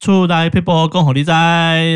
出来 people 共好利哉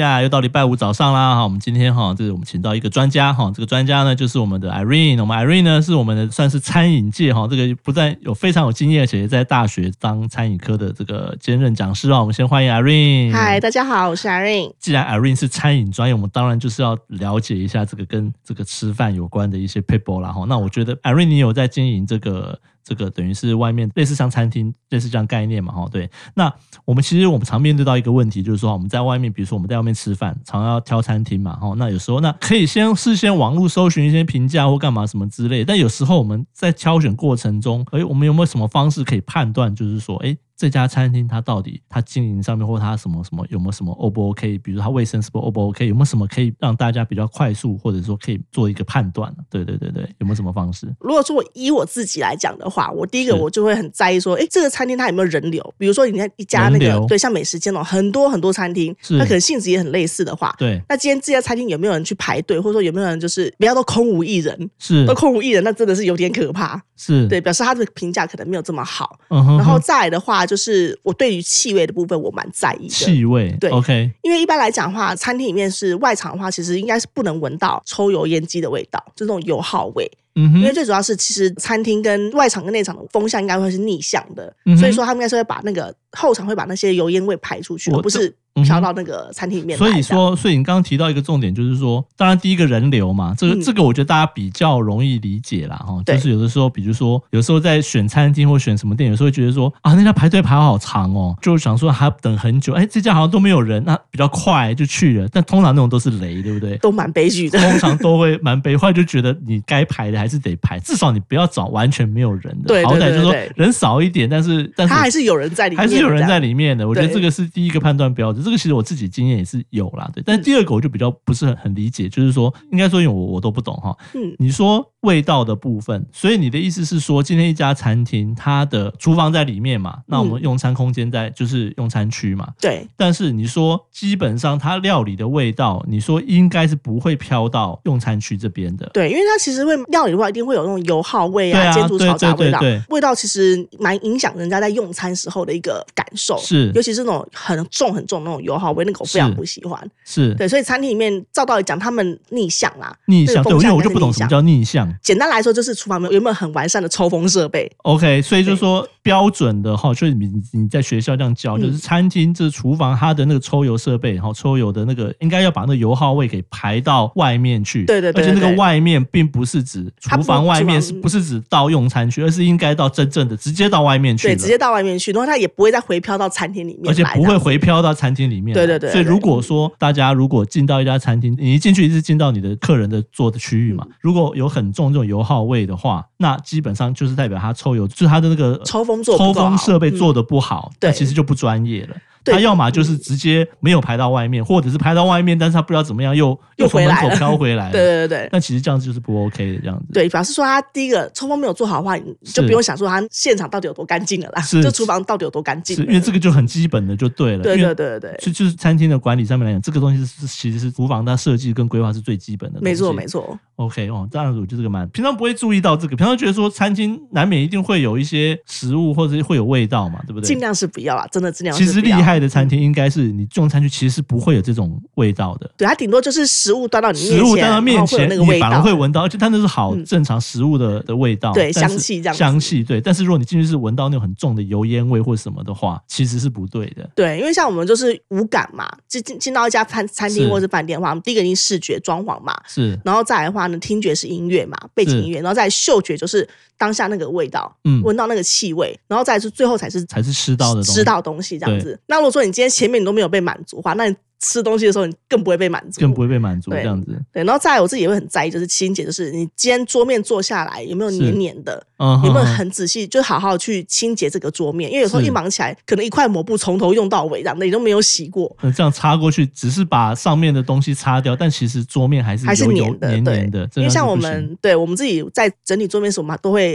啊！又到礼拜五早上啦哈，我们今天哈，这是我们请到一个专家哈，这个专家呢就是我们的 Irene，我们 Irene 呢是我们的算是餐饮界哈，这个不但有非常有经验，而且在大学当餐饮科的这个兼任讲师啊。我们先欢迎 Irene。嗨，大家好，我是 Irene。既然 Irene 是餐饮专业，我们当然就是要了解一下这个跟这个吃饭有关的一些 people 啦哈。那我觉得 Irene 你有在经营这个这个等于是外面类似像餐厅类似这样概念嘛哈？对，那我们其实我们常面对到一个问题，就是说我们在外面，比如说我们在外面吃饭，常要挑餐厅嘛哈。那有时候那可以先事先网络搜寻一些评价或干嘛什么之类，但有时候我们在挑选过程中，哎，我们有没有什么方式可以判断，就是说，哎，这家餐厅它到底它经营上面或它什么什么有没有什么 O 不 OK，比如它卫生是不是 O 不 OK，有没有什么可以让大家比较快速或者说可以做一个判断呢？对对对对，有没有什么方式？如果说我以我自己来讲的话，我第一个是我就会很在意说，哎，这个餐厅它有没有人流？比如说，你看一家那人流个对，像美食街那种很多很多餐厅，是那可能性质也很类似的话，对，那今天这家餐厅有没有人去排队，或者说有没有人就是不要都空无一人，是都空无一人，那真的是有点可怕。是，呃对，表示他的评价可能没有这么好。嗯哼哼，然后再来的话，就是我对于气味的部分我蛮在意的，气味，对，OK，因为一般来讲的话，餐厅里面是外场的话，其实应该是不能闻到抽油烟机的味道，就那种油耗味。嗯因为哼，最主要是，其实餐厅跟外场跟内场的风向应该会是逆向的，嗯哼所以说他们应该是会把那个后场会把那些油烟味排出去，我而不是嗯哼飘到那个餐厅里面来所的。以说，所以你刚刚提到一个重点，就是说，当然第一个人流嘛，这个、嗯这个我觉得大家比较容易理解啦，哈，就对是有的时候，比如说有时候在选餐厅或选什么店，有时候会觉得说啊，那家排队排好长哦，就想说还要等很久，哎，这家好像都没有人，那比较快就去了，但通常那种都是雷，对不 对？都蛮悲剧的。通常都会蛮悲，后来就觉得你该排的还是得排，至少你不要找完全没有人的，对对好歹就是说对对人少一点，但是但是他还是有人在里面，还是有人这在样。里面的。我觉得对这个是第一个判断标准，这个其实我自己经验也是有啦，对。嗯但第二个我就比较不是很很理解，就是说，应该说因为我我都不懂哈。嗯，你说味道的部分，所以你的意思是说，今天一家餐厅它的厨房在里面嘛，那我嗯们用餐空间在就是用餐区嘛。对，但是你说基本上它料理的味道，你说应该是不会飘到用餐区这边的。对，因为它其实会料理的话，一定会有那种油耗味对啊、啊煎煮对炒炸对味道，对对味道其实蛮影响人家在用餐时候的一个感受。是尤其是那种很重很重的那种油耗味，那个我非是常不喜欢。是对，所以餐厅里面照道理讲，他们逆向啦，逆向，那个对，因风为向我就不懂应该是逆什么向叫逆向。简单来说，就是厨房有没有很完善的抽风设备？ OK，所以就是说标准的哈，就是你你你在学校这样教，嗯就是餐厅这厨房它的那个抽油设备，哈，抽油的那个应该要把那个油耗位给排到外面去。对对对而且那对个对外面并不是指它厨不房外面，厨是房不是指到用餐区，而是应该到真正的直接到外面去对，了。直接到外面去，然后它也不会再回飘到餐厅里面而且来不这会样回飘到餐厅里面来。对对对对所以如果说大家如果进到一家餐厅，你一进去一直进到你的客人的坐的区域嘛，嗯如果有很重这种油耗味的话，那基本上就是代表他抽油，就是他的那个抽风做得抽不够风好设备做的不好，那对其实就不专业了。对他要么就是直接没有排到外面，或者是排到外面，但是他不知道怎么样又又从回门来口了飘回来了。 对对对对。那其实这样子就是不 OK 的这样子。对，表示说他第一个抽风没有做好的话，你就不用想说他现场到底有多干净了啦，是就厨房到底有多干净是了。因为这个就很基本的就对了。对因为对对对对，就就是餐厅的管理上面来讲，这个东西是其实是厨房它设计跟规划是最基本的东西。没错没错， OK 哦，当然我觉得这个蛮平常不会注意到这个，平常觉得说餐厅难免一定会有一些食物或者是会有味道嘛，对不对？尽量是不要啦，真的尽量其是实不厉要。害的餐厅应该是你用餐区其实是不会有这种味道的。对，它顶多就是食物端到嗯你面前，食物端到面然后会有前，那个味你反而道，会闻到，而且它那是好嗯正常食物的的味道，对但是香气这样子香气对。但是如果你进去是闻到那种很重的油烟味或什么的话，其实是不对的。对，因为像我们就是无感嘛，进进进到一家餐餐是厅或是饭店的话，我们第一个一定视觉装潢嘛，是，然后再来的话呢，听觉是音乐嘛，背景音乐，然后再来嗅觉就是当下那个味道，嗯，闻到那个气味，然后再来是最后才是才是吃到的东西，吃到东西这样子。那如果说你今天前面你都没有被满足的话，那你吃东西的时候你更不会被满足，更不会被满足对这样子。对。然后再来我自己也会很在意，就是清洁，就是你今天桌面坐下来有没有是黏黏的，嗯，有没有哼哼很仔细，就好好去清洁这个桌面，因为有时候是一忙起来，可能一块抹布从头用到尾，这样的你都没有洗过。呃这样擦过去，只是把上面的东西擦掉，但其实桌面还是还是油油黏的，黏对黏的。这因样为像是我不行们对我们自己在整理桌面的时候，我们都会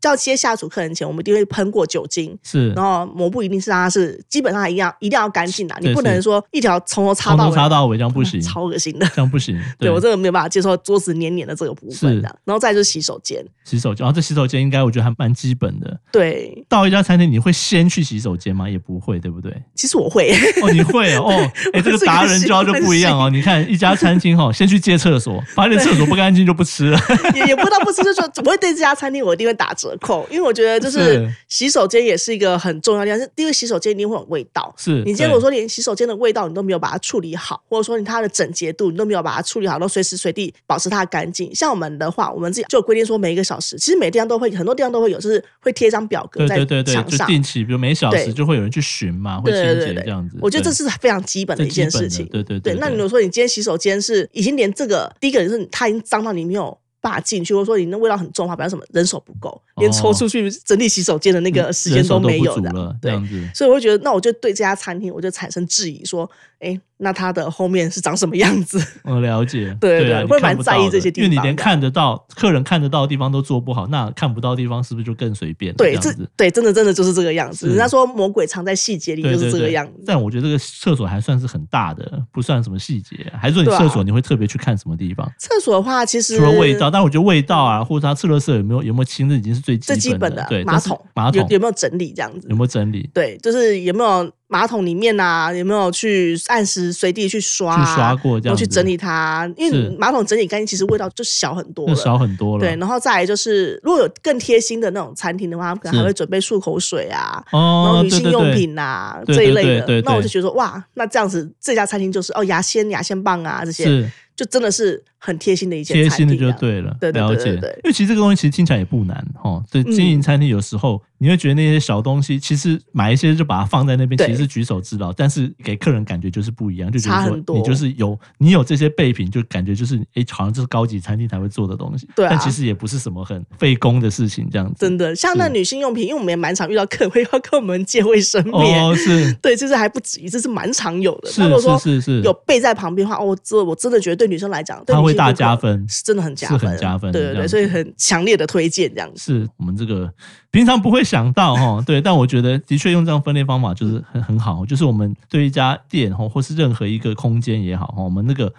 叫接下主客人前，我们一定会喷过酒精。是然后抹布一定是让它是基本上一样，一定要干净啦，对你不能是说一条从头擦从到头尾，插到尾，这样不行，超恶心的。这样不行。对我这个没有办法接受桌子黏黏的这个部是分的，然后再就是洗手间，洗手间，啊然后这洗手间应该我觉得还蛮基本的。对，到一家餐厅，你会先去洗手间吗？也不会，对不对？其实我会， 哦，你会哦，哦，哎，这个达人教就不一样哦。你看一家餐厅哦，先去借厕所，发现厕所不干净就不吃了。也也不知道不是，就是说我会对这家餐厅我一定会打折扣，因为我觉得就是是洗手间也是一个很重要的地方，是因为洗手间一定会有味道。是，你今天对如果说连洗手间的味道你都没有把它处理好，或者说你它的整洁度你都没有把它处理好，然后随时随地保持它的干净。像我们的话，我们自己就有规定说每一个小时，其实每个地方都会，很多地方都会有，就是会贴一张表格对在对对对，墙就上。定期，比如每小时对就会有人去巡嘛，会对清对洁对对这样子。我觉得这对是非常基本的一件最事基情本。的对对对，对。那你如果说你今天洗手间是已经连这个，第一个就是它已经脏到你没有办法进去，或者说你那味道很重的话，表示什么人手不够，连抽出去整理洗手间的那个时哦嗯间人手没不有足的。了，这对样子。所以我会觉得，那我就对这家餐厅我就产生质疑，说，哎，那它的后面是长什么样子？ 我了解，对啊对你会看蛮不在意到这的些地因为你方连的看得到客人看得到的地方都做不好，那看不到的地方是不是就更随便了？对，这这样子。对真的真的就是这个样是子。人家说魔鬼藏在细节里，对就是对这个对，样子。但我觉得这个厕所还算是很大的，不算什么细节。还是说你对啊厕所你会特别去看什么地方？厕所的话，其实除了味道，但我觉得味道啊，或者它厕垃圾有没有有没有清，这已经是最基最基本本的对，马但是桶，马有桶有没有整理这样子有？没有整理？对，就是有没有马桶里面啊，有没有去按时随地去刷、啊，去刷过这样然后子去整理它，因为是你马桶整理干净，其实味道就小很多那了。少很多了。对，然后再来就是，如果有更贴心的那种餐厅的话，他们可能是还会准备漱口水啊，然哦后，女对性对用对，品啊对这一对类的。对对那我对就觉得说，哇，那这样子这家餐厅就是哦，牙仙、牙仙棒啊这些，是就真的是很贴心的一间贴餐心厅、的啊。就对了，对对了对解。对对因为其实这个东西其实听起来也不难哦。对，嗯经营餐厅有时候你会觉得那些小东西，其实买一些就把它放在那边，对其实是举手之劳，但是给客人感觉就是不一样，就觉差得很说多你就是有你有这些备品，就感觉就是哎，好像这是高级餐厅才会做的东西。对啊但其实也不是什么很费工的事情，这样子。真的，像那女性用品，因为我们也蛮常遇到客人会要跟我们借卫生棉。哦，是对，就是还不止一次，是蛮常有的。是 那如果说是是是，有备在旁边的话，哦，这我真的觉得对女生来讲，对它女会性大顾客加分是真的很加分，是很加分的对对这样子对，所以很强烈的推荐这样子。是我们这个平常不会想到哈，对，但我觉得的确用这样分类方法就是很很好，就是我们对一家店哈，或是任何一个空间也好哈，我们那个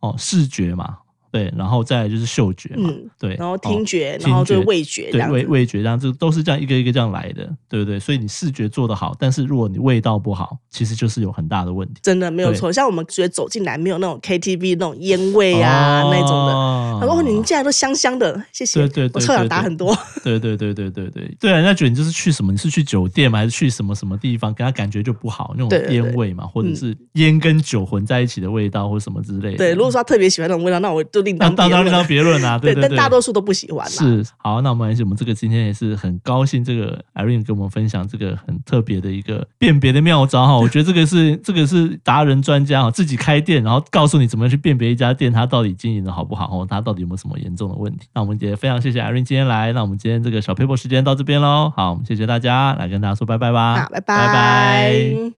哦视觉嘛，对，然后再来就是嗅觉嘛，嗯对，然后哦听觉，听然后就是觉味觉这对样味子。味觉这样，这都是这样一个一个这样来的，对不对？所以你视觉做得好，但是如果你味道不好，其实就是有很大的问题。真的没有对错，像我们觉得走进来没有那种 KTV 那种烟味啊、那种的，的他说：“哦，你们进来都香香的，谢谢。”对对对我臭对氧打对很多。对对对对对对对啊！人家觉得你就是去什么，你是去酒店吗？还是去什么什么地方？给他感觉就不好，那对种对对嗯烟味嘛，或者是烟跟酒混在一起的味道，或什么之类的。对，如果说他特别喜欢那种味道，那我就另那当别当然论当。别论啊，对 对，对但对。大多数都不喜欢啦。是好，那我们还是我们这个今天也是很高兴，这个 Irene 跟我们分享这个很特别的一个辨别的妙招哈，我觉得这个是 这个是达人专家哈，自己开店，然后告诉你怎么去辨别一家店它到底经营的好不好哦，它到底有没有什么严重的问题。那我们也非常谢谢 Irene 今天来，那我们今天这个小 paper 时间到这边喽，好，我们谢谢大家，来跟大家说拜拜吧，啊，拜拜拜拜